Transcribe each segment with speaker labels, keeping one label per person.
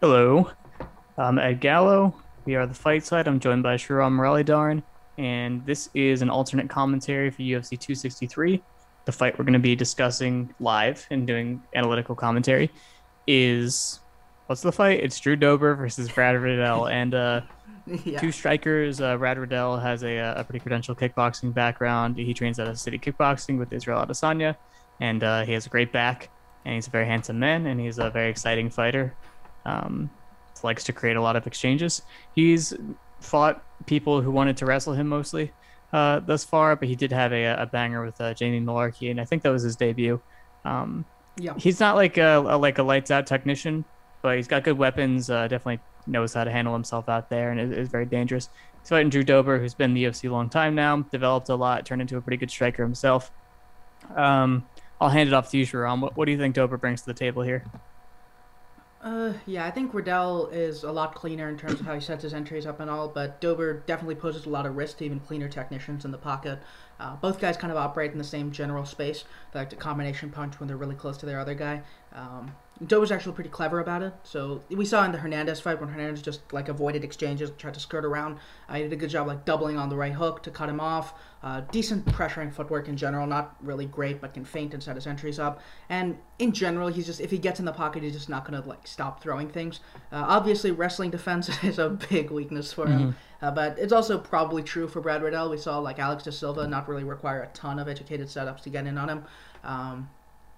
Speaker 1: Hello, I'm Ed Gallo. We are the Fight Side. I'm joined by Shiram Darn, and this is an alternate commentary for UFC 263. The fight we're going to be discussing live and doing analytical commentary is what's the fight? It's Drew Dober versus Brad Riddell, and uh,
Speaker 2: yeah.
Speaker 1: two strikers. Uh, Brad Riddell has a, uh, a pretty credential kickboxing background. He trains out of City Kickboxing with Israel Adesanya, and uh, he has a great back, and he's a very handsome man, and he's a very exciting fighter. Um, likes to create a lot of exchanges. He's fought people who wanted to wrestle him mostly uh, thus far, but he did have a, a banger with uh, Jamie Malarkey, and I think that was his debut. Um,
Speaker 2: Yeah.
Speaker 1: he's not like a, a- like a lights out technician, but he's got good weapons. Uh, definitely knows how to handle himself out there, and is, is very dangerous. He's fighting Drew Dober, who's been in the UFC a long time now, developed a lot, turned into a pretty good striker himself. Um, I'll hand it off to you, Sharon. What, what do you think Dober brings to the table here?
Speaker 2: Uh, yeah, I think Riddell is a lot cleaner in terms of how he sets his entries up and all, but Dober definitely poses a lot of risk to even cleaner technicians in the pocket. Uh, both guys kind of operate in the same general space. They like to combination punch when they're really close to their other guy. Um, Dober's actually pretty clever about it. So we saw in the Hernandez fight when Hernandez just like avoided exchanges, tried to skirt around. Uh, he did a good job like doubling on the right hook to cut him off. Uh, decent pressuring footwork in general, not really great, but can feint and set his entries up. And in general, he's just if he gets in the pocket, he's just not gonna like stop throwing things. Uh, obviously, wrestling defense is a big weakness for him, uh, but it's also probably true for Brad Riddell. We saw like Alex da Silva not really require a ton of educated setups to get in on him. Um,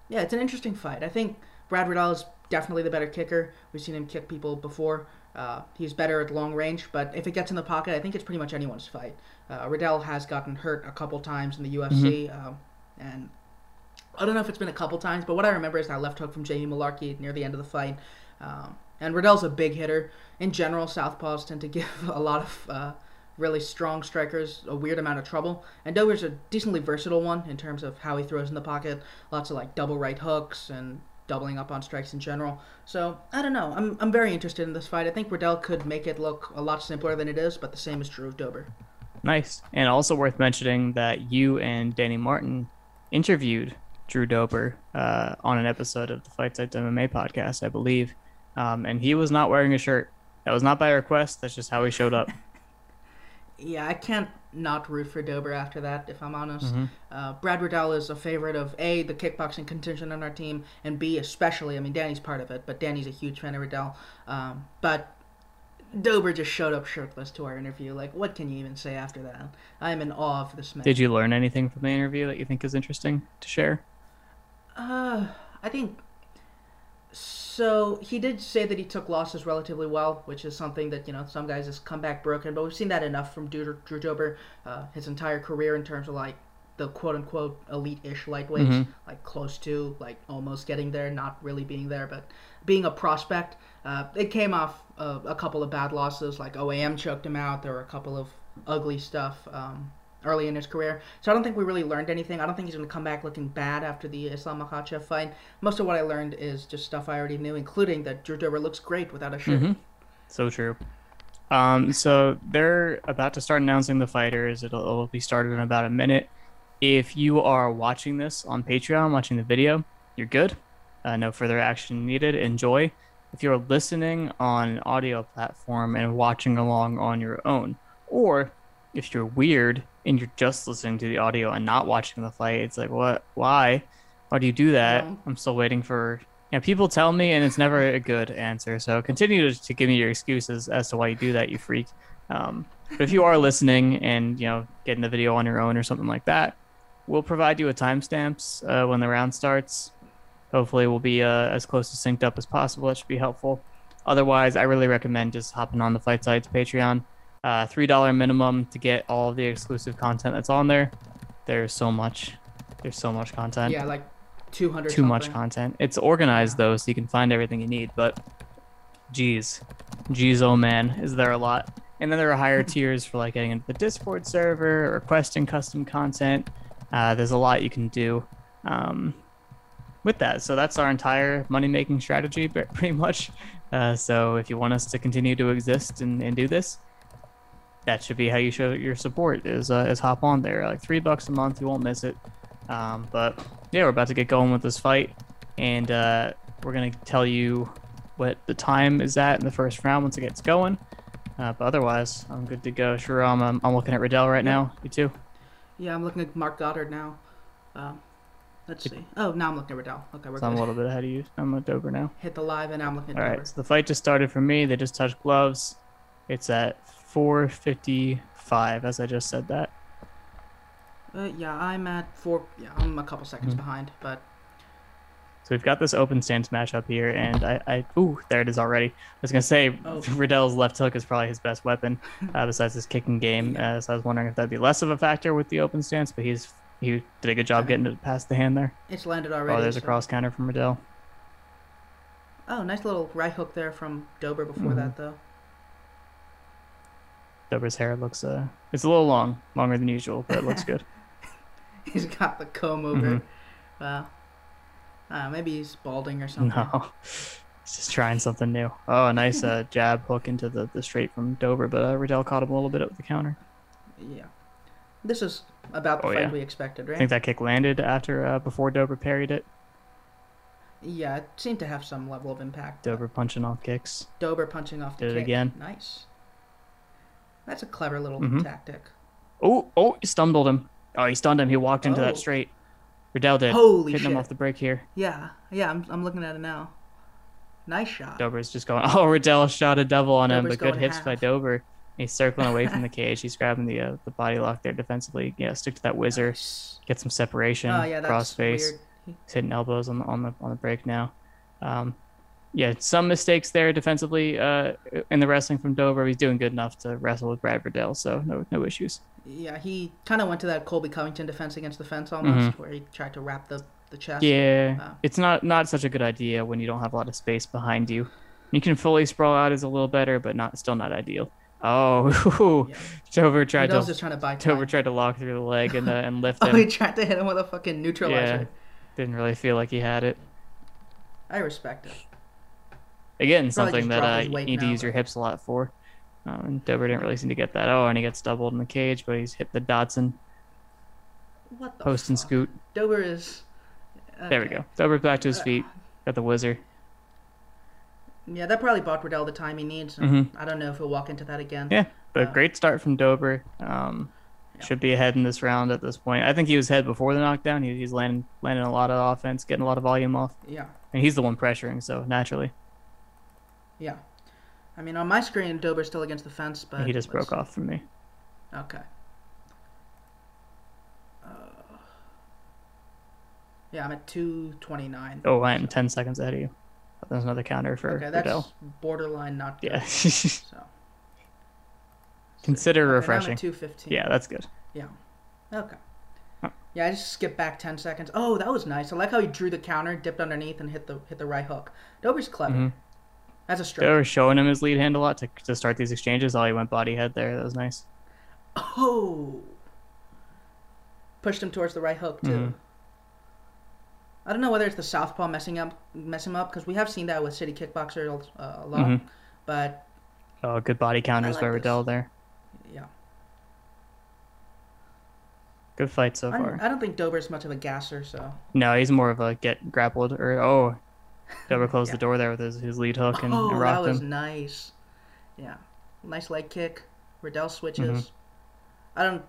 Speaker 2: yeah, it's an interesting fight. I think Brad Riddell is definitely the better kicker. We've seen him kick people before. Uh, he's better at long range, but if it gets in the pocket, I think it's pretty much anyone's fight. Uh, Riddell has gotten hurt a couple times in the UFC, um, and I don't know if it's been a couple times, but what I remember is that left hook from Jamie Malarkey near the end of the fight. Um, and Riddell's a big hitter. In general, southpaws tend to give a lot of uh, really strong strikers a weird amount of trouble. And Dober's a decently versatile one in terms of how he throws in the pocket. Lots of like double right hooks and doubling up on strikes in general. So I don't know. I'm I'm very interested in this fight. I think Riddell could make it look a lot simpler than it is, but the same is true of Dober.
Speaker 1: Nice. And also worth mentioning that you and Danny Martin interviewed Drew Dober uh, on an episode of the Fight Site MMA podcast, I believe. Um, and he was not wearing a shirt. That was not by request. That's just how he showed up.
Speaker 2: Yeah, I can't not root for Dober after that, if I'm honest. Uh, Brad Riddell is a favorite of A, the kickboxing contingent on our team, and B, especially. I mean, Danny's part of it, but Danny's a huge fan of Riddell. Um, but Dober just showed up shirtless to our interview. Like, what can you even say after that? I'm in awe of this man.
Speaker 1: Did you learn anything from the interview that you think is interesting to share?
Speaker 2: Uh, I think so. He did say that he took losses relatively well, which is something that you know some guys just come back broken. But we've seen that enough from Drew, Drew Dober, uh, his entire career in terms of like the quote unquote elite-ish lightweights, like close to, like almost getting there, not really being there, but being a prospect. Uh, it came off uh, a couple of bad losses, like OAM choked him out. There were a couple of ugly stuff. Um, early in his career. So I don't think we really learned anything. I don't think he's going to come back looking bad after the Islam Makhachev fight. Most of what I learned is just stuff I already knew, including that Drew Dober looks great without a
Speaker 1: Mm-hmm.
Speaker 2: shirt.
Speaker 1: So true. Um, so they're about to start announcing the fighters. It'll, it'll be started in about a minute. If you are watching this on Patreon, watching the video, you're good. Uh, no further action needed. Enjoy. If you're listening on an audio platform and watching along on your own, or if you're weird and you're just listening to the audio and not watching the fight, it's like, what? Why? Why do you do that?
Speaker 2: Yeah.
Speaker 1: I'm still waiting for. You know, people tell me, and it's never a good answer. So continue to, to give me your excuses as to why you do that, you freak. Um, but if you are listening and you know getting the video on your own or something like that, we'll provide you with timestamps uh, when the round starts. Hopefully, we'll be uh, as close to synced up as possible. That should be helpful. Otherwise, I really recommend just hopping on the Fight Sides Patreon. Uh, $3 minimum to get all the exclusive content that's on there. There's so much. There's so much content.
Speaker 2: Yeah, like 200
Speaker 1: Too much
Speaker 2: something.
Speaker 1: content. It's organized, though, so you can find everything you need, but geez. Geez, oh man, is there a lot. And then there are higher tiers for like getting into the Discord server, requesting custom content. Uh, there's a lot you can do. Um, with that. So that's our entire money making strategy, pre- pretty much. Uh, so if you want us to continue to exist and, and do this, that should be how you show your support is uh, is hop on there like three bucks a month you won't miss it um, but yeah we're about to get going with this fight and uh, we're gonna tell you what the time is at in the first round once it gets going. Uh, but otherwise, I'm good to go. Sharam, I'm, I'm looking at Riddell right now. You too?
Speaker 2: Yeah, I'm looking at Mark Goddard now. Um, let's see. Oh, now I'm looking at Riddell. Okay, we're
Speaker 1: So I'm a
Speaker 2: good.
Speaker 1: little bit ahead of you. I'm at Dover now.
Speaker 2: Hit the live, and now I'm looking at
Speaker 1: All
Speaker 2: Dover.
Speaker 1: right, so the fight just started for me. They just touched gloves. It's at 4:55, as I just said that.
Speaker 2: Uh, yeah, I'm at four. Yeah, I'm a couple seconds
Speaker 1: Mhm.
Speaker 2: behind, but
Speaker 1: So we've got this open stance matchup here, and I, I ooh, there it is already. I was gonna say
Speaker 2: Oh.
Speaker 1: Riddell's left hook is probably his best weapon, uh, besides his kicking game. Uh, so I was wondering if that'd be less of a factor with the open stance, but he's he did a good job getting it past the hand there.
Speaker 2: it's landed already.
Speaker 1: Oh, there's a
Speaker 2: so-
Speaker 1: cross counter from Riddell.
Speaker 2: Oh, nice little right hook there from Dober before
Speaker 1: Mhm.
Speaker 2: that, though.
Speaker 1: Dober's hair looks uh, it's a little long, longer than usual, but it looks good.
Speaker 2: He's got the comb over.
Speaker 1: Mhm.
Speaker 2: Wow. Uh, maybe he's balding or something.
Speaker 1: No. He's just trying something new. Oh, a nice uh, jab hook into the, the straight from Dover, but uh, Riddell caught him a little bit with the counter.
Speaker 2: Yeah. This is about the
Speaker 1: Oh,
Speaker 2: fight
Speaker 1: yeah.
Speaker 2: we expected,
Speaker 1: I
Speaker 2: right?
Speaker 1: think that kick landed after uh, before Dover parried it.
Speaker 2: Yeah, it seemed to have some level of impact. Uh,
Speaker 1: Dover punching off kicks.
Speaker 2: Dober punching off the
Speaker 1: Did it
Speaker 2: kick.
Speaker 1: again.
Speaker 2: Nice. That's a clever little
Speaker 1: Mhm.
Speaker 2: tactic.
Speaker 1: Oh, oh, he stumbled him. Oh, he stunned him. He walked into
Speaker 2: Oh.
Speaker 1: that straight. Riddell did.
Speaker 2: Holy
Speaker 1: Hitting
Speaker 2: shit.
Speaker 1: him off the break here.
Speaker 2: Yeah, yeah, I'm, I'm looking at it now. Nice shot.
Speaker 1: Dover's just going, oh, Riddell shot a double on him,
Speaker 2: Dover's
Speaker 1: but good
Speaker 2: going
Speaker 1: hips by
Speaker 2: half.
Speaker 1: Dover. He's circling away from the cage. He's grabbing the uh, the body lock there defensively. Yeah, stick to that whizzer.
Speaker 2: Nice.
Speaker 1: Get some separation.
Speaker 2: Oh, yeah, that's
Speaker 1: cross face.
Speaker 2: weird.
Speaker 1: He's hitting elbows on the on the on the break now. Um, yeah, some mistakes there defensively uh, in the wrestling from Dover. He's doing good enough to wrestle with Brad Riddell, so no no issues.
Speaker 2: Yeah, he kind of went to that Colby Covington defense against the fence almost, where he tried to wrap the, the chest.
Speaker 1: Mm-hmm. Yeah,
Speaker 2: Wow.
Speaker 1: it's not not such a good idea when you don't have a lot of space behind you. You can fully sprawl out is a little better, but not still not ideal. Oh,
Speaker 2: Yeah.
Speaker 1: Dover tried
Speaker 2: Riddell's
Speaker 1: to
Speaker 2: just trying to buy
Speaker 1: Dover
Speaker 2: time.
Speaker 1: tried to lock through the leg and uh, and lift
Speaker 2: Oh, he
Speaker 1: him.
Speaker 2: tried to hit him with a fucking neutralizer.
Speaker 1: yeah, didn't really feel like he had it.
Speaker 2: I respect it.
Speaker 1: again
Speaker 2: just
Speaker 1: something that
Speaker 2: drop
Speaker 1: uh,
Speaker 2: his
Speaker 1: you
Speaker 2: weight
Speaker 1: need to
Speaker 2: now,
Speaker 1: use your
Speaker 2: but-
Speaker 1: hips a lot for. Um, and Dover didn't really seem to get that. Oh, and he gets doubled in the cage, but he's hit the Dodson
Speaker 2: What the
Speaker 1: post and
Speaker 2: fuck?
Speaker 1: scoot.
Speaker 2: Dober is. uh,
Speaker 1: There we
Speaker 2: Oh, okay.
Speaker 1: go. Dover back to his
Speaker 2: Uh,
Speaker 1: feet. Got the whizzer.
Speaker 2: Yeah, that probably bought Riddell the time he needs. and I don't know if he'll walk into that again.
Speaker 1: Mm-hmm. Yeah, but
Speaker 2: uh,
Speaker 1: great start from Dover. Um,
Speaker 2: Yeah.
Speaker 1: Should be ahead in this round at this point. I think he was ahead before the knockdown. He, he's landing landing a lot of offense, getting a lot of volume off,
Speaker 2: Yeah,
Speaker 1: and he's the one pressuring. So naturally,
Speaker 2: yeah. I mean, on my screen, Dober's still against the fence, but
Speaker 1: he just
Speaker 2: let's-
Speaker 1: broke off from me.
Speaker 2: Okay. Uh, yeah, I'm at two twenty nine.
Speaker 1: Oh, I am ten seconds ahead of you. There's another counter for
Speaker 2: okay, that's
Speaker 1: Riddell.
Speaker 2: borderline not good.
Speaker 1: Yeah,
Speaker 2: So
Speaker 1: consider
Speaker 2: Okay, now I'm
Speaker 1: refreshing.
Speaker 2: at two fifteen.
Speaker 1: Yeah, that's good.
Speaker 2: Okay.
Speaker 1: Huh.
Speaker 2: Yeah, I just skipped back ten seconds. Oh, that was nice. I like how he drew the counter, dipped underneath, and hit the hit the right hook. Dober's clever.
Speaker 1: Mhm.
Speaker 2: That's a
Speaker 1: They
Speaker 2: stroke.
Speaker 1: were showing him his lead hand a lot to, to start these exchanges. Oh, he went body head there. That was nice.
Speaker 2: Oh. Pushed him towards the right hook too.
Speaker 1: Mhm.
Speaker 2: I don't know whether it's the southpaw messing up, mess him up, because we have seen that with city kickboxers uh, a lot.
Speaker 1: Mhm.
Speaker 2: But
Speaker 1: Oh, good body counters
Speaker 2: like
Speaker 1: by
Speaker 2: this.
Speaker 1: Riddell there.
Speaker 2: yeah,
Speaker 1: Good fight so
Speaker 2: I,
Speaker 1: far.
Speaker 2: I don't think Dober's much of a gasser, so
Speaker 1: No, he's more of a get grappled or oh, Dover closed the
Speaker 2: Yeah.
Speaker 1: door there with his, his lead hook and,
Speaker 2: oh,
Speaker 1: and
Speaker 2: that
Speaker 1: rocked
Speaker 2: was
Speaker 1: him.
Speaker 2: nice. Yeah, nice leg kick. Riddell switches.
Speaker 1: Mm-hmm.
Speaker 2: I don't.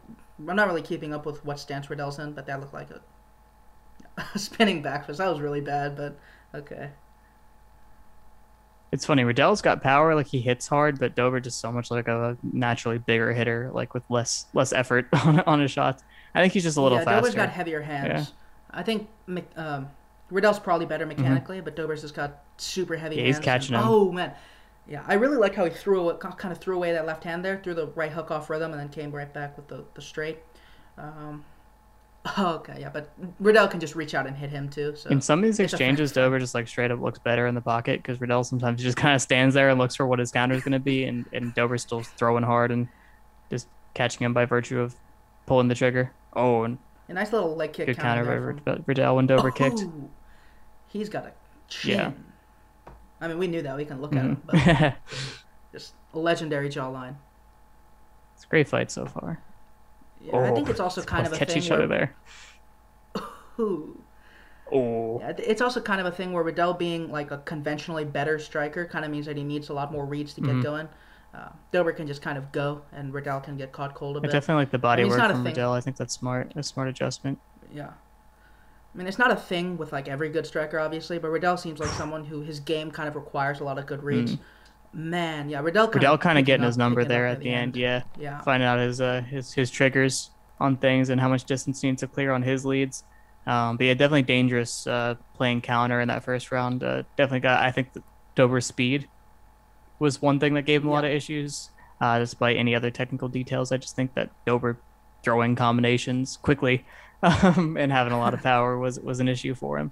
Speaker 2: I'm not really keeping up with what stance Riddell's in, but that looked like a, a spinning back fist. That was really bad, but okay.
Speaker 1: It's funny. Riddell's got power. Like he hits hard, but Dover just so much like a naturally bigger hitter, like with less less effort on on his shots. I think he's just a little
Speaker 2: yeah, Dober's
Speaker 1: faster.
Speaker 2: got heavier hands. I think Mc- um, Riddell's probably better mechanically, but Dober's just got super heavy
Speaker 1: Mm-hmm. Yeah, he's
Speaker 2: hands.
Speaker 1: catching
Speaker 2: and,
Speaker 1: him.
Speaker 2: Oh man, yeah. I really like how he threw away, kind of threw away that left hand there, threw the right hook off rhythm, and then came right back with the the straight. Um, okay, yeah, but Riddell can just reach out and hit him too. So
Speaker 1: In some of these
Speaker 2: It's a fact.
Speaker 1: exchanges, Dover just like straight up looks better in the pocket because Riddell sometimes just kind of stands there and looks for what his counter is going to be, and and Dover's still throwing hard and just catching him by virtue of pulling the trigger. Oh, and
Speaker 2: a nice little leg kick
Speaker 1: good counter by
Speaker 2: there
Speaker 1: Rid-
Speaker 2: from-
Speaker 1: Riddell when Dover kicked.
Speaker 2: Oh, he's got a chin.
Speaker 1: Yeah.
Speaker 2: I mean, we knew that. We can look at him, Oh, but
Speaker 1: Mhm.
Speaker 2: just a legendary jawline.
Speaker 1: it's a great fight so far.
Speaker 2: Yeah, I think it's also kind
Speaker 1: Oh, Both
Speaker 2: of a
Speaker 1: catch
Speaker 2: thing
Speaker 1: each
Speaker 2: where
Speaker 1: other there.
Speaker 2: Ooh.
Speaker 1: Oh,
Speaker 2: Yeah, it- it's also kind of a thing where Riddell being like a conventionally better striker kind of means that he needs a lot more reads to get
Speaker 1: Mhm.
Speaker 2: going. Uh, Dober can just kind of go, and Riddell can get caught cold a
Speaker 1: I
Speaker 2: bit.
Speaker 1: definitely like the body
Speaker 2: mean,
Speaker 1: work
Speaker 2: it's not a
Speaker 1: from
Speaker 2: thing.
Speaker 1: Riddell. I think that's smart. A smart adjustment.
Speaker 2: Yeah. I mean, it's not a thing with like every good striker, obviously, but Riddell seems like someone who his game kind of requires a lot of good reads. Man, yeah, Riddell. Kind
Speaker 1: Mm-hmm. Riddell kind of
Speaker 2: picking
Speaker 1: getting
Speaker 2: up-
Speaker 1: his number
Speaker 2: picking up
Speaker 1: there at the end. Yeah,
Speaker 2: Yeah.
Speaker 1: finding out his uh his his triggers on things and how much distance he needs to clear on his leads. Um, but yeah, definitely dangerous uh, playing counter in that first round. Uh, definitely got. I think the Dober's speed was one thing that gave him a lot of issues. Uh, despite any other technical details, I just think that Dober throwing combinations quickly um, and having a lot of power was was an issue for him.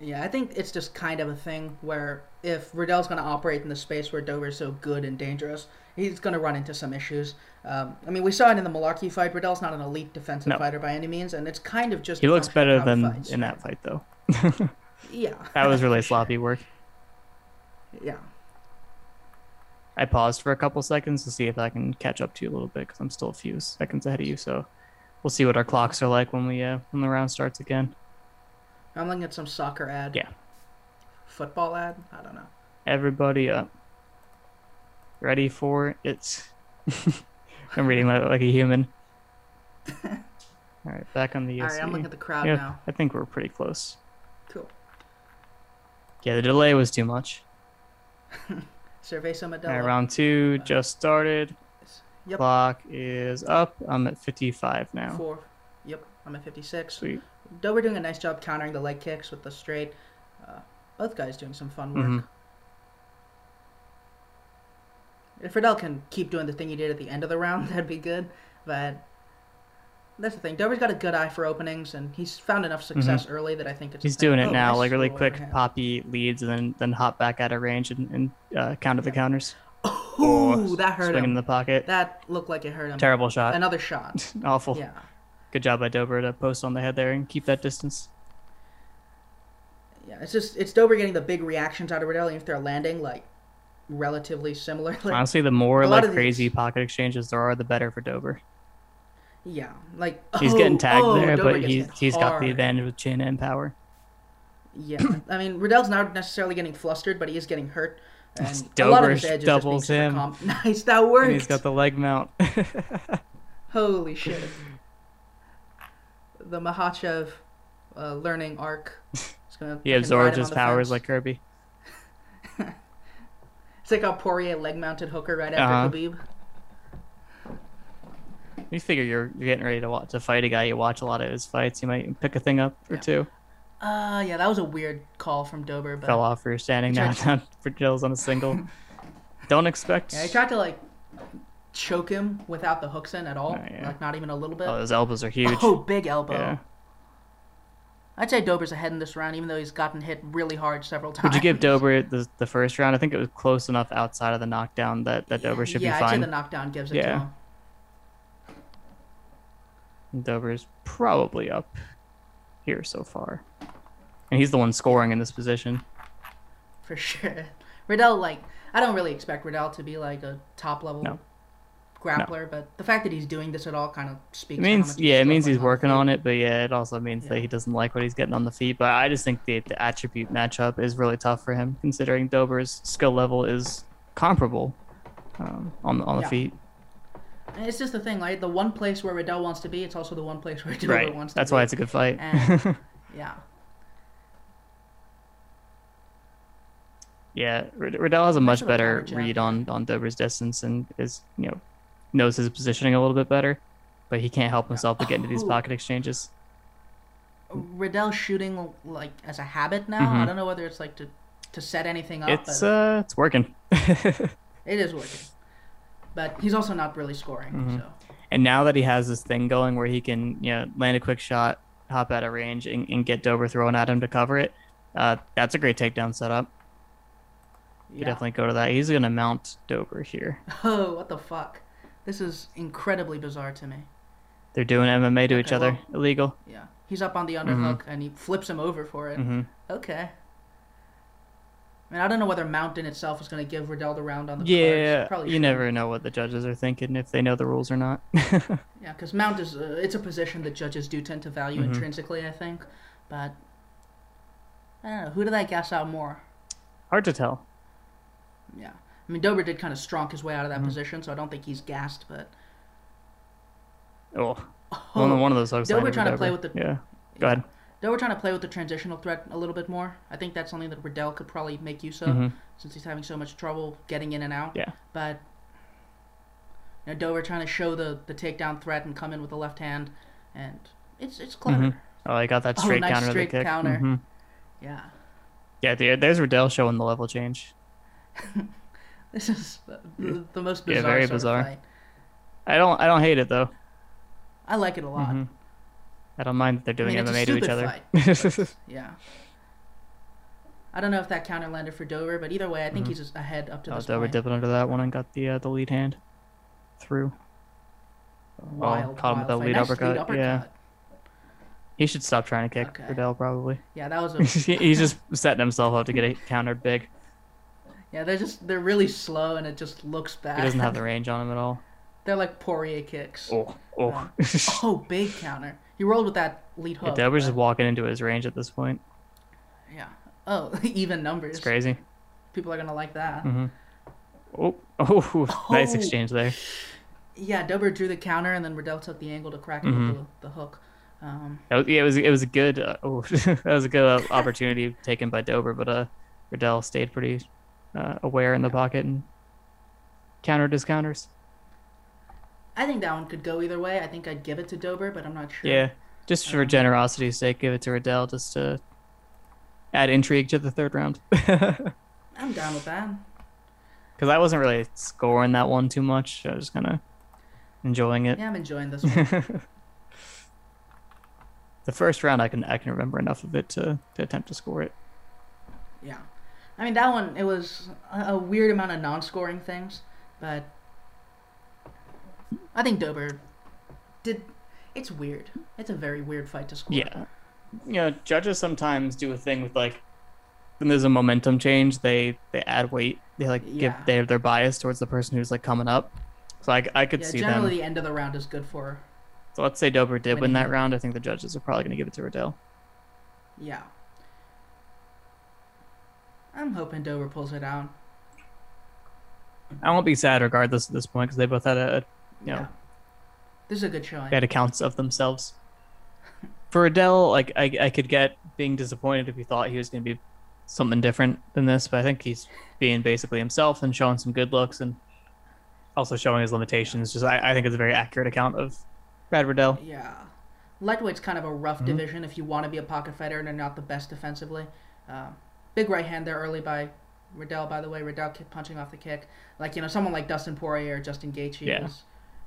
Speaker 2: Yeah, I think it's just kind of a thing where if Riddell's going to operate in the space where Dover's so good and dangerous, he's going to run into some issues. Um, I mean, we saw it in the Malarkey fight. Riddell's not an elite defensive
Speaker 1: No.
Speaker 2: fighter by any means, and it's kind of just.
Speaker 1: He looks
Speaker 2: function
Speaker 1: better
Speaker 2: of how
Speaker 1: than
Speaker 2: fights.
Speaker 1: in that fight though.
Speaker 2: Yeah.
Speaker 1: That was really sloppy work.
Speaker 2: yeah.
Speaker 1: I paused for a couple seconds to see if I can catch up to you a little bit because I'm still a few seconds ahead of you. So we'll see what our clocks are like when we uh, when the round starts again.
Speaker 2: I'm looking at some soccer ad.
Speaker 1: Yeah.
Speaker 2: Football ad? I don't know.
Speaker 1: Everybody up, ready for it? I'm reading like, like a human. All right, back on the.
Speaker 2: All right, I'm
Speaker 1: USB.
Speaker 2: looking at the crowd
Speaker 1: yeah,
Speaker 2: now.
Speaker 1: I think we're pretty close.
Speaker 2: Cool.
Speaker 1: Yeah, the delay was too much.
Speaker 2: Cerveza
Speaker 1: All right,
Speaker 2: Modelo.
Speaker 1: round two just started.
Speaker 2: Yep.
Speaker 1: Clock is up. I'm at 55 now.
Speaker 2: Four. Yep, I'm at 56.
Speaker 1: Sweet.
Speaker 2: Dover doing a nice job countering the leg kicks with the straight. Uh, both guys doing some fun work.
Speaker 1: Mhm.
Speaker 2: If Riddell can keep doing the thing he did at the end of the round, that'd be good. But that's the thing. Dover's got a good eye for openings, and he's found enough success early that I think it's. a
Speaker 1: Mm-hmm. He's
Speaker 2: thing.
Speaker 1: doing it
Speaker 2: Oh,
Speaker 1: now,
Speaker 2: nice
Speaker 1: like really
Speaker 2: little
Speaker 1: quick,
Speaker 2: overhand.
Speaker 1: poppy leads, and then then hop back out of range and, and uh, counter the
Speaker 2: Yeah.
Speaker 1: counters.
Speaker 2: Ooh, that hurt
Speaker 1: Swing in
Speaker 2: him.
Speaker 1: the pocket.
Speaker 2: That looked like it hurt him.
Speaker 1: Terrible shot.
Speaker 2: Another shot.
Speaker 1: Awful.
Speaker 2: Yeah.
Speaker 1: Good job by Dober to post on the head there and keep that distance.
Speaker 2: Yeah, it's just it's Dober getting the big reactions out of Riddell, even if they're landing like relatively similar. Like,
Speaker 1: Honestly, the more
Speaker 2: a lot
Speaker 1: like
Speaker 2: of
Speaker 1: crazy
Speaker 2: these-
Speaker 1: pocket exchanges there are, the better for Dober.
Speaker 2: yeah, like
Speaker 1: He's
Speaker 2: oh,
Speaker 1: getting tagged
Speaker 2: oh,
Speaker 1: there,
Speaker 2: Dober
Speaker 1: but
Speaker 2: gets
Speaker 1: he's
Speaker 2: hit
Speaker 1: he's got the
Speaker 2: hard.
Speaker 1: advantage with chin and power.
Speaker 2: Yeah, I mean Riddell's not necessarily getting flustered, but he is getting hurt. And a
Speaker 1: Dober
Speaker 2: lot of his edge is just being
Speaker 1: doubles
Speaker 2: super
Speaker 1: him.
Speaker 2: calm. Nice, that worked.
Speaker 1: And he's got the leg mount.
Speaker 2: Holy shit. the Mahachev uh, learning arc. It's gonna
Speaker 1: he
Speaker 2: fucking ride
Speaker 1: absorbs
Speaker 2: him
Speaker 1: his
Speaker 2: on the
Speaker 1: powers
Speaker 2: fence.
Speaker 1: like Kirby.
Speaker 2: it's like a Poirier leg mounted hooker right after
Speaker 1: Uh-huh.
Speaker 2: Khabib.
Speaker 1: You figure you're you're getting ready to watch to fight a guy. You watch a lot of his fights. You might pick a thing up or
Speaker 2: Yeah.
Speaker 1: two.
Speaker 2: Uh, yeah, that was a weird call from Dober, but
Speaker 1: fell off for standing
Speaker 2: He
Speaker 1: now
Speaker 2: tried
Speaker 1: down for Jill's on a single. Don't expect.
Speaker 2: yeah, he tried to like choke him without the hooks in at all,
Speaker 1: Oh, yeah.
Speaker 2: like not even a little bit.
Speaker 1: oh, those elbows are huge.
Speaker 2: Oh, big elbow.
Speaker 1: yeah.
Speaker 2: I'd say Dober's ahead in this round, even though he's gotten hit really hard several times.
Speaker 1: Would you give Dober the, the first round? I think it was close enough outside of the knockdown that, that Dober should
Speaker 2: yeah,
Speaker 1: be
Speaker 2: I'd say
Speaker 1: fine.
Speaker 2: the knockdown gives it to
Speaker 1: Yeah.
Speaker 2: him.
Speaker 1: Dober's probably up here so far. And he's the one scoring in this position.
Speaker 2: for sure. Riddell, like, I don't really expect Riddell to be like a top level
Speaker 1: No.
Speaker 2: grappler, but the fact that he's doing this at all kind of speaks.
Speaker 1: It
Speaker 2: to how
Speaker 1: means
Speaker 2: much
Speaker 1: yeah, it
Speaker 2: skill
Speaker 1: means
Speaker 2: went
Speaker 1: he's working
Speaker 2: the
Speaker 1: on it, but yeah, it also means that
Speaker 2: Yeah.
Speaker 1: he doesn't like what he's getting on the feet. But I just think the the attribute matchup is really tough for him, considering Dober's skill level is comparable um, on the- on the
Speaker 2: Yeah.
Speaker 1: feet.
Speaker 2: field. And It's just the thing, like the one place where Riddell wants to be, it's also the one place where Dober
Speaker 1: right.
Speaker 2: wants to
Speaker 1: That's
Speaker 2: be.
Speaker 1: why it's a good fight.
Speaker 2: And- yeah.
Speaker 1: yeah, Rid- Riddell has a much
Speaker 2: Nice little
Speaker 1: better
Speaker 2: counter jab.
Speaker 1: read on on Dober's distance and is you know knows his positioning a little bit better, but he can't help himself but get into these
Speaker 2: Oh.
Speaker 1: pocket exchanges.
Speaker 2: Riddell shooting like as a habit now. I
Speaker 1: Mhm.
Speaker 2: don't know whether it's like to to set anything up.
Speaker 1: It's
Speaker 2: but
Speaker 1: uh, it's working.
Speaker 2: it is working. But he's also not really scoring.
Speaker 1: Mm-hmm.
Speaker 2: So
Speaker 1: and now that he has this thing going where he can you know land a quick shot, hop out of range, and, and get Dober thrown at him to cover it, uh, that's a great takedown setup. You
Speaker 2: yeah.
Speaker 1: definitely go to that. He's gonna mount Dober here.
Speaker 2: Oh, what the fuck! This is incredibly bizarre to me.
Speaker 1: They're doing MMA to each
Speaker 2: Okay,
Speaker 1: other.
Speaker 2: well-
Speaker 1: Illegal.
Speaker 2: Yeah, he's up on the
Speaker 1: Mm-hmm.
Speaker 2: underhook and he flips him over for it.
Speaker 1: Mhm.
Speaker 2: Okay. I mean, I don't know whether mount in itself is going to give Riddell the round on the
Speaker 1: Yeah,
Speaker 2: cards. Probably
Speaker 1: you
Speaker 2: shouldn't.
Speaker 1: never know what the judges are thinking if they know the rules or not. Mm-hmm.
Speaker 2: Yeah, because mount is uh, it's a position that judges do tend to value intrinsically. I think. But I don't know. Who did I gas out more?
Speaker 1: Hard to tell.
Speaker 2: Yeah. I mean, Dober did kind of strong his way out of that
Speaker 1: Mm-hmm.
Speaker 2: position, so I don't think he's gassed, but.
Speaker 1: Oh, only one of those sucks.
Speaker 2: Dober trying to play with the.
Speaker 1: Yeah. Go ahead.
Speaker 2: Though we're trying to play with the transitional threat a little bit more. I think that's something that Riddell could probably make use of
Speaker 1: Mhm.
Speaker 2: since he's having so much trouble getting in and out.
Speaker 1: Yeah.
Speaker 2: But you know, Dover trying to show the, the takedown threat and come in with the left hand and it's it's clever.
Speaker 1: Oh, I got that
Speaker 2: Oh,
Speaker 1: straight
Speaker 2: nice
Speaker 1: counter. to
Speaker 2: straight
Speaker 1: the kick.
Speaker 2: counter.
Speaker 1: Mhm.
Speaker 2: Yeah.
Speaker 1: Yeah, there- there's Riddell showing the level change.
Speaker 2: This is the, the, the most
Speaker 1: Yeah,
Speaker 2: bizarre
Speaker 1: very
Speaker 2: sort
Speaker 1: bizarre.
Speaker 2: of fight.
Speaker 1: I don't. I don't hate it though.
Speaker 2: I like it a lot.
Speaker 1: Mhm. I don't mind that they're
Speaker 2: I
Speaker 1: doing
Speaker 2: mean, it's a
Speaker 1: MMA to each
Speaker 2: stupid
Speaker 1: other.
Speaker 2: fight. but, yeah. I don't know if that counter landed for Dover, but either way, I think he's ahead up to
Speaker 1: oh,
Speaker 2: this
Speaker 1: Dover
Speaker 2: point.
Speaker 1: dipping under that one and got the uh, the lead hand through.
Speaker 2: Wild,
Speaker 1: caught him with
Speaker 2: wild
Speaker 1: that
Speaker 2: fight.
Speaker 1: lead
Speaker 2: Nice
Speaker 1: uppercut, yeah. He should stop trying to kick
Speaker 2: Okay.
Speaker 1: Riddell probably.
Speaker 2: Yeah, that was a
Speaker 1: He's just setting himself up to get a counter big.
Speaker 2: Yeah, they're just they're really slow and it just looks bad.
Speaker 1: He doesn't have the range on him at all.
Speaker 2: they're like Poirier kicks.
Speaker 1: Oh, oh. yeah,
Speaker 2: Oh, big counter. He rolled with that lead hook.
Speaker 1: Dover's just
Speaker 2: but-
Speaker 1: walking into his range at this point.
Speaker 2: yeah. Oh, even numbers.
Speaker 1: It's crazy. Mm-hmm.
Speaker 2: People are gonna like that.
Speaker 1: Hmm. Oh, oh, nice
Speaker 2: Oh.
Speaker 1: exchange there.
Speaker 2: Yeah, Dober drew the counter and then Riddell took the angle to crack him
Speaker 1: Mm-hmm.
Speaker 2: with the, the hook. Um,
Speaker 1: That was, yeah, it was it was a good uh, oh, that was a good uh, opportunity taken by Dober, but uh, Riddell stayed pretty uh, aware in the pocket and countered his counters.
Speaker 2: I think that one could go either way. I think I'd give it to Dober, but I'm not sure.
Speaker 1: Yeah, Um, just for generosity's sake, give it to Riddell just to add intrigue to the third round. Because
Speaker 2: I'm down with that.
Speaker 1: I wasn't really scoring that one too much. I was just kind of enjoying it.
Speaker 2: Yeah, I'm enjoying this one.
Speaker 1: The first round, I can I can remember enough of it to, to attempt to score it.
Speaker 2: yeah. I mean, that one, it was a, a weird amount of non scoring things, but I think Dober did. It's weird. It's a very weird fight to score.
Speaker 1: Yeah. You know, judges sometimes do a thing with like when there's a momentum change, they they add weight. They like give
Speaker 2: Yeah.
Speaker 1: their their bias towards the person who's like coming up. So I, I could
Speaker 2: Yeah,
Speaker 1: see
Speaker 2: generally
Speaker 1: them.
Speaker 2: the end of the round is good for
Speaker 1: So let's say Dober did win
Speaker 2: winning
Speaker 1: that
Speaker 2: it.
Speaker 1: round. I think the judges are probably going to give it to Riddell.
Speaker 2: yeah. I'm hoping Dover pulls it out.
Speaker 1: I won't be sad regardless at this point because they both had a you know
Speaker 2: Yeah. This is a good showing.
Speaker 1: they had accounts of themselves. For Riddell, like I I could get being disappointed if he thought he was going to be something different than this, but I think he's being basically himself and showing some good looks and also showing his limitations. Just I, I think it's a very accurate account of Brad Riddell.
Speaker 2: Yeah. Lightweight's kind of a
Speaker 1: Mm-hmm.
Speaker 2: rough division if you want to be a pocket fighter and are not the best defensively. Um, big right hand there early by Riddell, by the way. Riddell kick, punching off the kick. Like, you know, someone like Dustin Poirier or Justin Gaethje.
Speaker 1: Yeah.
Speaker 2: is-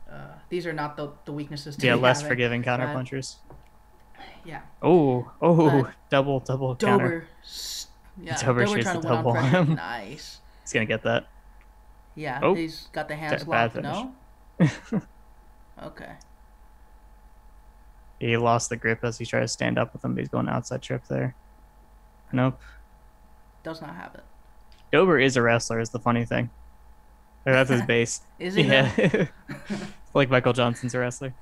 Speaker 2: uh, these are not the, the weaknesses to
Speaker 1: Yeah,
Speaker 2: be
Speaker 1: less
Speaker 2: having.
Speaker 1: forgiving counter
Speaker 2: but-
Speaker 1: punchers.
Speaker 2: Yeah.
Speaker 1: Oh, oh,
Speaker 2: but-
Speaker 1: double, double counter.
Speaker 2: Dober. s- Yeah,
Speaker 1: Dober
Speaker 2: Dober,
Speaker 1: shoots the
Speaker 2: trying to win on
Speaker 1: double on
Speaker 2: pressure.
Speaker 1: him.
Speaker 2: Nice.
Speaker 1: He's gonna get that.
Speaker 2: Yeah,
Speaker 1: Oh.
Speaker 2: he's got the hands
Speaker 1: Bad
Speaker 2: locked.
Speaker 1: finish.
Speaker 2: No? okay.
Speaker 1: He lost the grip as he tried to stand up with him. But he's going outside trip there. Nope.
Speaker 2: Does not have it.
Speaker 1: Dober is a wrestler. Is the funny thing. Like, that's his base.
Speaker 2: Is he?
Speaker 1: yeah. like Michael Johnson's a wrestler.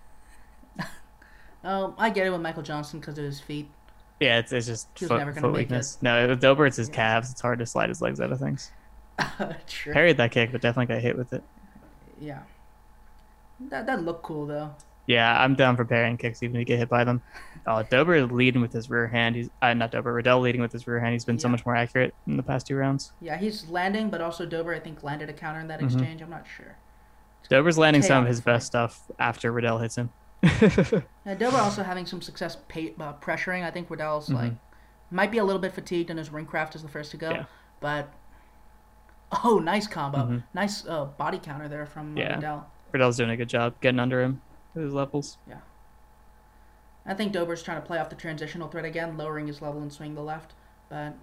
Speaker 2: now? Um, I get it with Michael Johnson because of his feet.
Speaker 1: Yeah, it's, it's just
Speaker 2: He was
Speaker 1: foot,
Speaker 2: never gonna
Speaker 1: foot
Speaker 2: make
Speaker 1: weakness. No, with Dober, it's his calves. It's hard to slide his legs out of things.
Speaker 2: True.
Speaker 1: Parried that kick, but definitely got hit with it.
Speaker 2: Yeah. That that looked cool though.
Speaker 1: Yeah, I'm down for parrying kicks even if you get hit by them. Oh, Dober is leading with his rear hand. He's uh, not Dober. Riddell leading with his rear hand. He's been so
Speaker 2: Yeah.
Speaker 1: much more accurate in the past two rounds.
Speaker 2: Yeah, he's landing, but also Dober I think landed a counter in that
Speaker 1: Mm-hmm.
Speaker 2: exchange. I'm not sure.
Speaker 1: Dober's landing some of
Speaker 2: Chaotic
Speaker 1: his best stuff after Riddell hits him.
Speaker 2: Now Dober also having some success pa- uh, pressuring. I think Riddell's
Speaker 1: Mm-hmm.
Speaker 2: like might be a little bit fatigued, and his ring craft is the first to go.
Speaker 1: Yeah. Mm-hmm.
Speaker 2: But oh, nice combo, nice uh, body counter there from uh,
Speaker 1: Yeah.
Speaker 2: Riddell.
Speaker 1: Riddell's doing a good job getting under him at his levels.
Speaker 2: I think Dober's trying to play off the transitional threat again, lowering his level and swing the left. But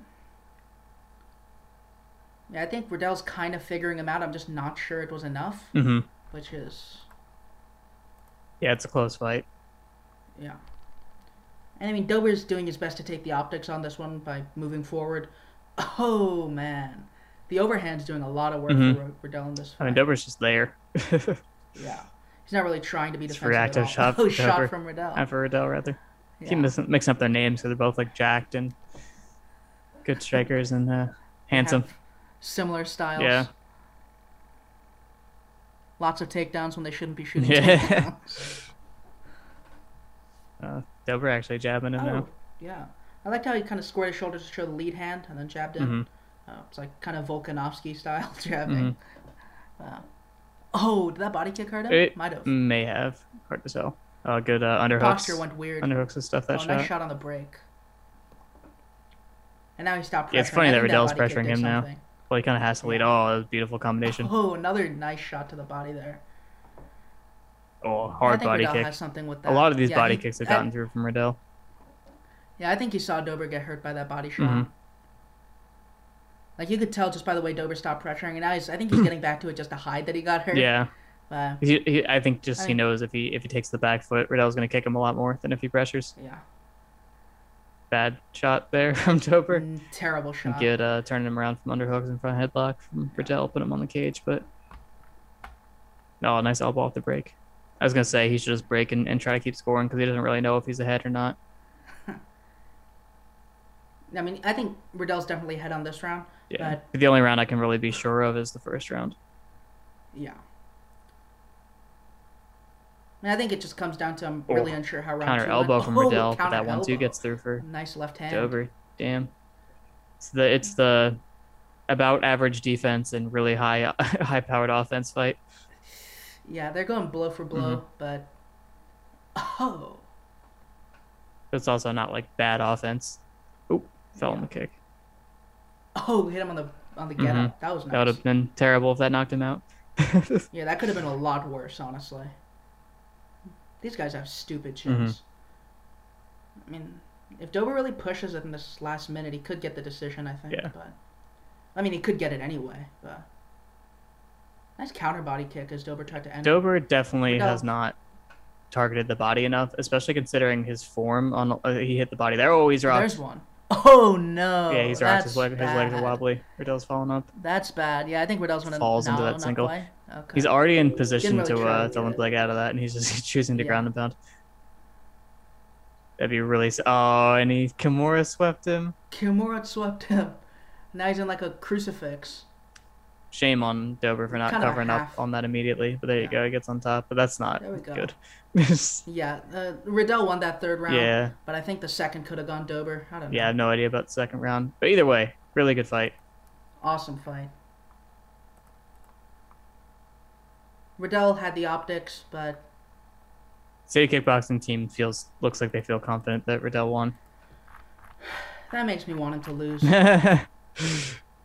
Speaker 2: yeah, I think Riddell's kind of figuring him out. I'm just not sure it was enough,
Speaker 1: hmm
Speaker 2: which is
Speaker 1: Yeah, it's a close fight.
Speaker 2: yeah. And I mean, Dober's doing his best to take the optics on this one by moving forward. Oh man, the overhand's doing a lot of work
Speaker 1: Mhm.
Speaker 2: for Rid- Riddell in this
Speaker 1: I
Speaker 2: fight.
Speaker 1: mean, Dober's just there.
Speaker 2: yeah, he's not really trying to be
Speaker 1: It's
Speaker 2: defensive.
Speaker 1: reactive
Speaker 2: at
Speaker 1: shot
Speaker 2: all. Oh,
Speaker 1: from Dober.
Speaker 2: shot from Riddell.
Speaker 1: Not for Riddell, rather. Keep mixing, mixing up their names because they're both like jacked and good strikers and uh, handsome.
Speaker 2: Have similar styles.
Speaker 1: Yeah.
Speaker 2: Lots of takedowns when they shouldn't be shooting.
Speaker 1: Yeah.
Speaker 2: takedowns.
Speaker 1: Uh, Dober actually jabbing him
Speaker 2: Oh,
Speaker 1: now.
Speaker 2: yeah. I liked how he kind of squared his shoulders to show the lead hand and then jabbed in.
Speaker 1: Mhm.
Speaker 2: Uh, it's like kind of Volkanovski style jabbing. Uh, oh, did that body kick hurt him?
Speaker 1: Mm-hmm. It mm,
Speaker 2: Might have.
Speaker 1: may have hard to tell. Uh, good uh,
Speaker 2: Oh. Posture
Speaker 1: underhooks,
Speaker 2: went weird.
Speaker 1: underhooks and stuff.
Speaker 2: oh,
Speaker 1: That
Speaker 2: nice
Speaker 1: shot.
Speaker 2: shot on the break. And now he stopped pressuring.
Speaker 1: Yeah, it's funny
Speaker 2: I
Speaker 1: that
Speaker 2: think
Speaker 1: Riddell's
Speaker 2: body kick
Speaker 1: pressuring
Speaker 2: did
Speaker 1: him now.
Speaker 2: something.
Speaker 1: Well, he kind of has to lead. Oh, that was a beautiful combination.
Speaker 2: Oh, another nice shot to the body there.
Speaker 1: Oh, hard
Speaker 2: I think
Speaker 1: body
Speaker 2: Riddell
Speaker 1: kick.
Speaker 2: Has something with that.
Speaker 1: A lot of these
Speaker 2: Yeah,
Speaker 1: body
Speaker 2: he-
Speaker 1: kicks have
Speaker 2: I-
Speaker 1: gotten through from Riddell.
Speaker 2: Yeah, I think you saw Dober get hurt by that body shot.
Speaker 1: Mhm.
Speaker 2: Like you could tell just by the way Dober stopped pressuring, and now he's, I think he's getting back to it just to hide that he got hurt.
Speaker 1: Yeah,
Speaker 2: But,
Speaker 1: he, he, I think just
Speaker 2: I
Speaker 1: he
Speaker 2: mean-
Speaker 1: knows if he if he takes the back foot, Riddell's gonna kick him a lot more than if he pressures.
Speaker 2: yeah.
Speaker 1: Bad shot there from Dober.
Speaker 2: Mm, terrible
Speaker 1: And
Speaker 2: shot.
Speaker 1: good uh, turning him around from underhooks and front headlock from Riddell, put him on the cage. But no, nice elbow off the break. I was gonna say he should just break and, and try to keep scoring because he doesn't really know if he's ahead or not.
Speaker 2: I mean, I think Riddell's definitely ahead on this round.
Speaker 1: Yeah,
Speaker 2: But-
Speaker 1: the only round I can really be sure of is the first round.
Speaker 2: Yeah. I mean, I think it just comes down to I'm really
Speaker 1: Oh,
Speaker 2: unsure how round
Speaker 1: Counter
Speaker 2: two
Speaker 1: elbow
Speaker 2: went.
Speaker 1: from
Speaker 2: Oh,
Speaker 1: Riddell, but that
Speaker 2: counter
Speaker 1: one two
Speaker 2: elbow.
Speaker 1: gets through for
Speaker 2: nice left hand.
Speaker 1: Dober. Damn. It's the it's the about average defense and really high high powered offense fight.
Speaker 2: Yeah, they're going blow for blow,
Speaker 1: Mm-hmm.
Speaker 2: but oh,
Speaker 1: But it's also not like bad offense. Oop, fell on the kick.
Speaker 2: oh, hit him on the on the get
Speaker 1: Mhm.
Speaker 2: up. That was nice.
Speaker 1: That would have been terrible if that knocked him out.
Speaker 2: Yeah, that could have been a lot worse, honestly. These guys have stupid
Speaker 1: Mhm.
Speaker 2: chins. I mean, if Dober really pushes it in this last minute, he could get the decision, I think.
Speaker 1: Yeah.
Speaker 2: But I mean, he could get it anyway. But nice counter body kick as Dober tried to end. it.
Speaker 1: Dober definitely
Speaker 2: No.
Speaker 1: has not targeted the body enough, especially considering his form on uh, he hit the body there. Oh, he's rocked.
Speaker 2: There's one. Oh no!
Speaker 1: yeah, he's rocked. His,
Speaker 2: that's
Speaker 1: leg, his legs are
Speaker 2: bad.
Speaker 1: wobbly. Riddell's falling up.
Speaker 2: That's bad. Yeah, I think Riddell's gonna
Speaker 1: Falls into
Speaker 2: no,
Speaker 1: that
Speaker 2: not
Speaker 1: single.
Speaker 2: play. Okay.
Speaker 1: He's already in position
Speaker 2: really
Speaker 1: to
Speaker 2: try
Speaker 1: uh,
Speaker 2: to
Speaker 1: to
Speaker 2: do
Speaker 1: limp
Speaker 2: it.
Speaker 1: leg out of that, and he's just choosing to
Speaker 2: Yeah.
Speaker 1: ground and pound. That'd be really. s- Oh, and he Kimura swept him.
Speaker 2: Kimura swept him. Now he's in like a crucifix.
Speaker 1: Shame on Dober for not
Speaker 2: Kind of a
Speaker 1: covering up
Speaker 2: half.
Speaker 1: on that immediately. But there you
Speaker 2: Yeah.
Speaker 1: go, he gets on top. But that's not
Speaker 2: There we go.
Speaker 1: good.
Speaker 2: Yeah, uh, Riddell won that third round.
Speaker 1: yeah,
Speaker 2: But I think the second could have gone Dober. I don't know.
Speaker 1: yeah. I have no idea about the second round. But either way, really good fight.
Speaker 2: Awesome fight. Riddell had the optics, but
Speaker 1: City kickboxing team feels looks like they feel confident that Riddell won.
Speaker 2: that makes me want him to lose.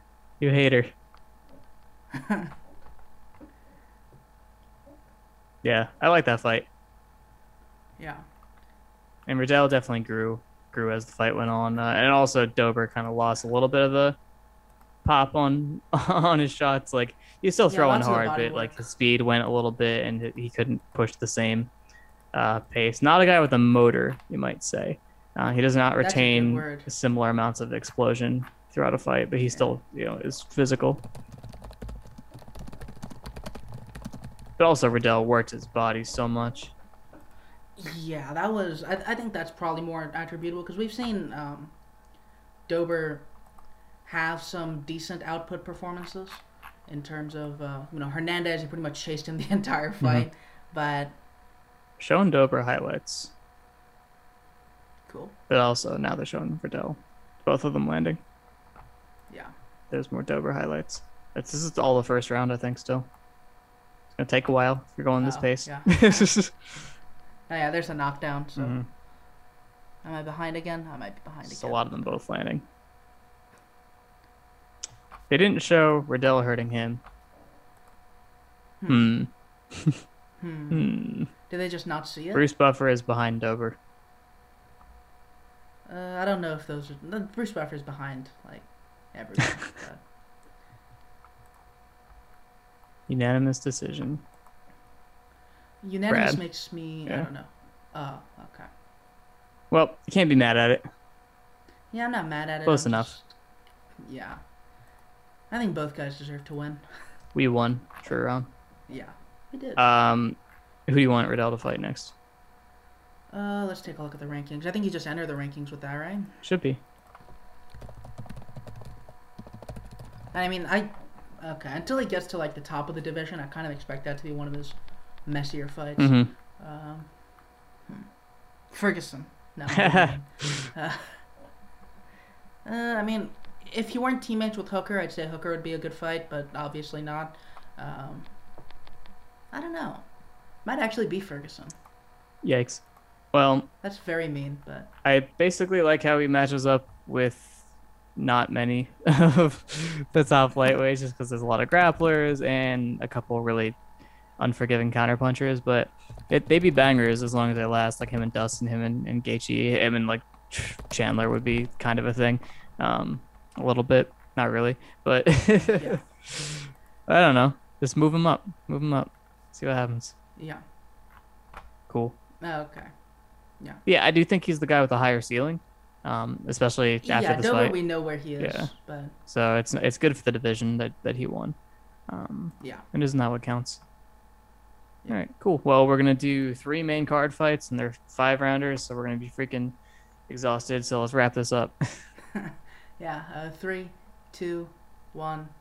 Speaker 1: you hater. yeah, I like that fight.
Speaker 2: yeah.
Speaker 1: and Riddell definitely grew grew as the fight went on, uh, and also Dober kind of lost a little bit of the pop on on his shots. Like he's still
Speaker 2: Yeah,
Speaker 1: throwing
Speaker 2: lots of the
Speaker 1: hard,
Speaker 2: body
Speaker 1: but like
Speaker 2: work.
Speaker 1: his speed went a little bit, and he- he couldn't push the same uh, pace. Not a guy with a motor, you might say. Uh, he does not
Speaker 2: That's a good
Speaker 1: retain
Speaker 2: word.
Speaker 1: similar amounts of explosion throughout a fight, but he still you know is physical. But also Riddell worked his body so much.
Speaker 2: Yeah, that was. I, I think that's probably more attributable because we've seen um, Dober have some decent output performances in terms of uh, you know Hernandez. He pretty much chased him the entire
Speaker 1: Mm-hmm.
Speaker 2: fight, but
Speaker 1: Showing Dober highlights.
Speaker 2: cool.
Speaker 1: but also now they're showing Riddell. Both of them landing.
Speaker 2: Yeah,
Speaker 1: There's more Dober highlights. It's, this is all the first round, I think, still. It's going to take a while if you're going this
Speaker 2: Oh,
Speaker 1: pace.
Speaker 2: yeah.
Speaker 1: Yeah.
Speaker 2: oh, yeah. There's a knockdown. So
Speaker 1: Mm-hmm.
Speaker 2: am I behind again? I might be behind
Speaker 1: It's a
Speaker 2: again.
Speaker 1: lot of them both landing. They didn't show Riddell hurting him. Hmm.
Speaker 2: Hmm.
Speaker 1: Hmm.
Speaker 2: Did they just not see it?
Speaker 1: Bruce Buffer is behind Dober.
Speaker 2: Uh, I don't know if those are. no, Bruce Buffer's behind, like, everyone. but-
Speaker 1: Unanimous decision.
Speaker 2: Unanimous
Speaker 1: Brad.
Speaker 2: makes me. I
Speaker 1: Yeah.
Speaker 2: don't know. Oh, okay.
Speaker 1: Well, you can't be mad at it.
Speaker 2: Yeah, I'm not mad at it.
Speaker 1: Close
Speaker 2: I'm
Speaker 1: enough.
Speaker 2: just- yeah. I think both guys deserve to win.
Speaker 1: We won for a round. Uh.
Speaker 2: Yeah. We did.
Speaker 1: Um, who do you want Riddell to fight next?
Speaker 2: Uh, let's take a look at the rankings. I think you just enter the rankings with that, right?
Speaker 1: Should be.
Speaker 2: I mean, I okay until he gets to like the top of the division, I kind of expect that to be one of his messier fights.
Speaker 1: hmm
Speaker 2: Um, hmm. Ferguson. No. uh,
Speaker 1: Mm-hmm.
Speaker 2: uh, I mean, if he weren't teammates with Hooker, I'd say Hooker would be a good fight, but obviously not. Um, I don't know. Might actually be Ferguson.
Speaker 1: Yikes. Well,
Speaker 2: That's very mean, but
Speaker 1: I basically like how he matches up with not many of the top lightweights just because there's a lot of grapplers and a couple really unforgiving counterpunchers, but it, they'd be bangers as long as they last, like him and Dustin, him and, and Gaethje, him and like Ch- Chandler would be kind of a thing. Um, a little bit, not really, but I don't know. Just move him up, move him up, see what happens.
Speaker 2: yeah. Oh,
Speaker 1: Cool.
Speaker 2: Okay.
Speaker 1: Yeah, I do think he's the guy with the higher ceiling, um, especially after
Speaker 2: yeah,
Speaker 1: this
Speaker 2: Dover,
Speaker 1: fight.
Speaker 2: we know where he is,
Speaker 1: Yeah.
Speaker 2: but
Speaker 1: So it's it's good for the division that, that he won. Um,
Speaker 2: yeah.
Speaker 1: and isn't that what counts?
Speaker 2: Yeah.
Speaker 1: All right, cool. Well, we're gonna do three main card fights, and they're five rounders, so we're gonna be freaking exhausted. So let's wrap this up.
Speaker 2: yeah, uh, three, two, one,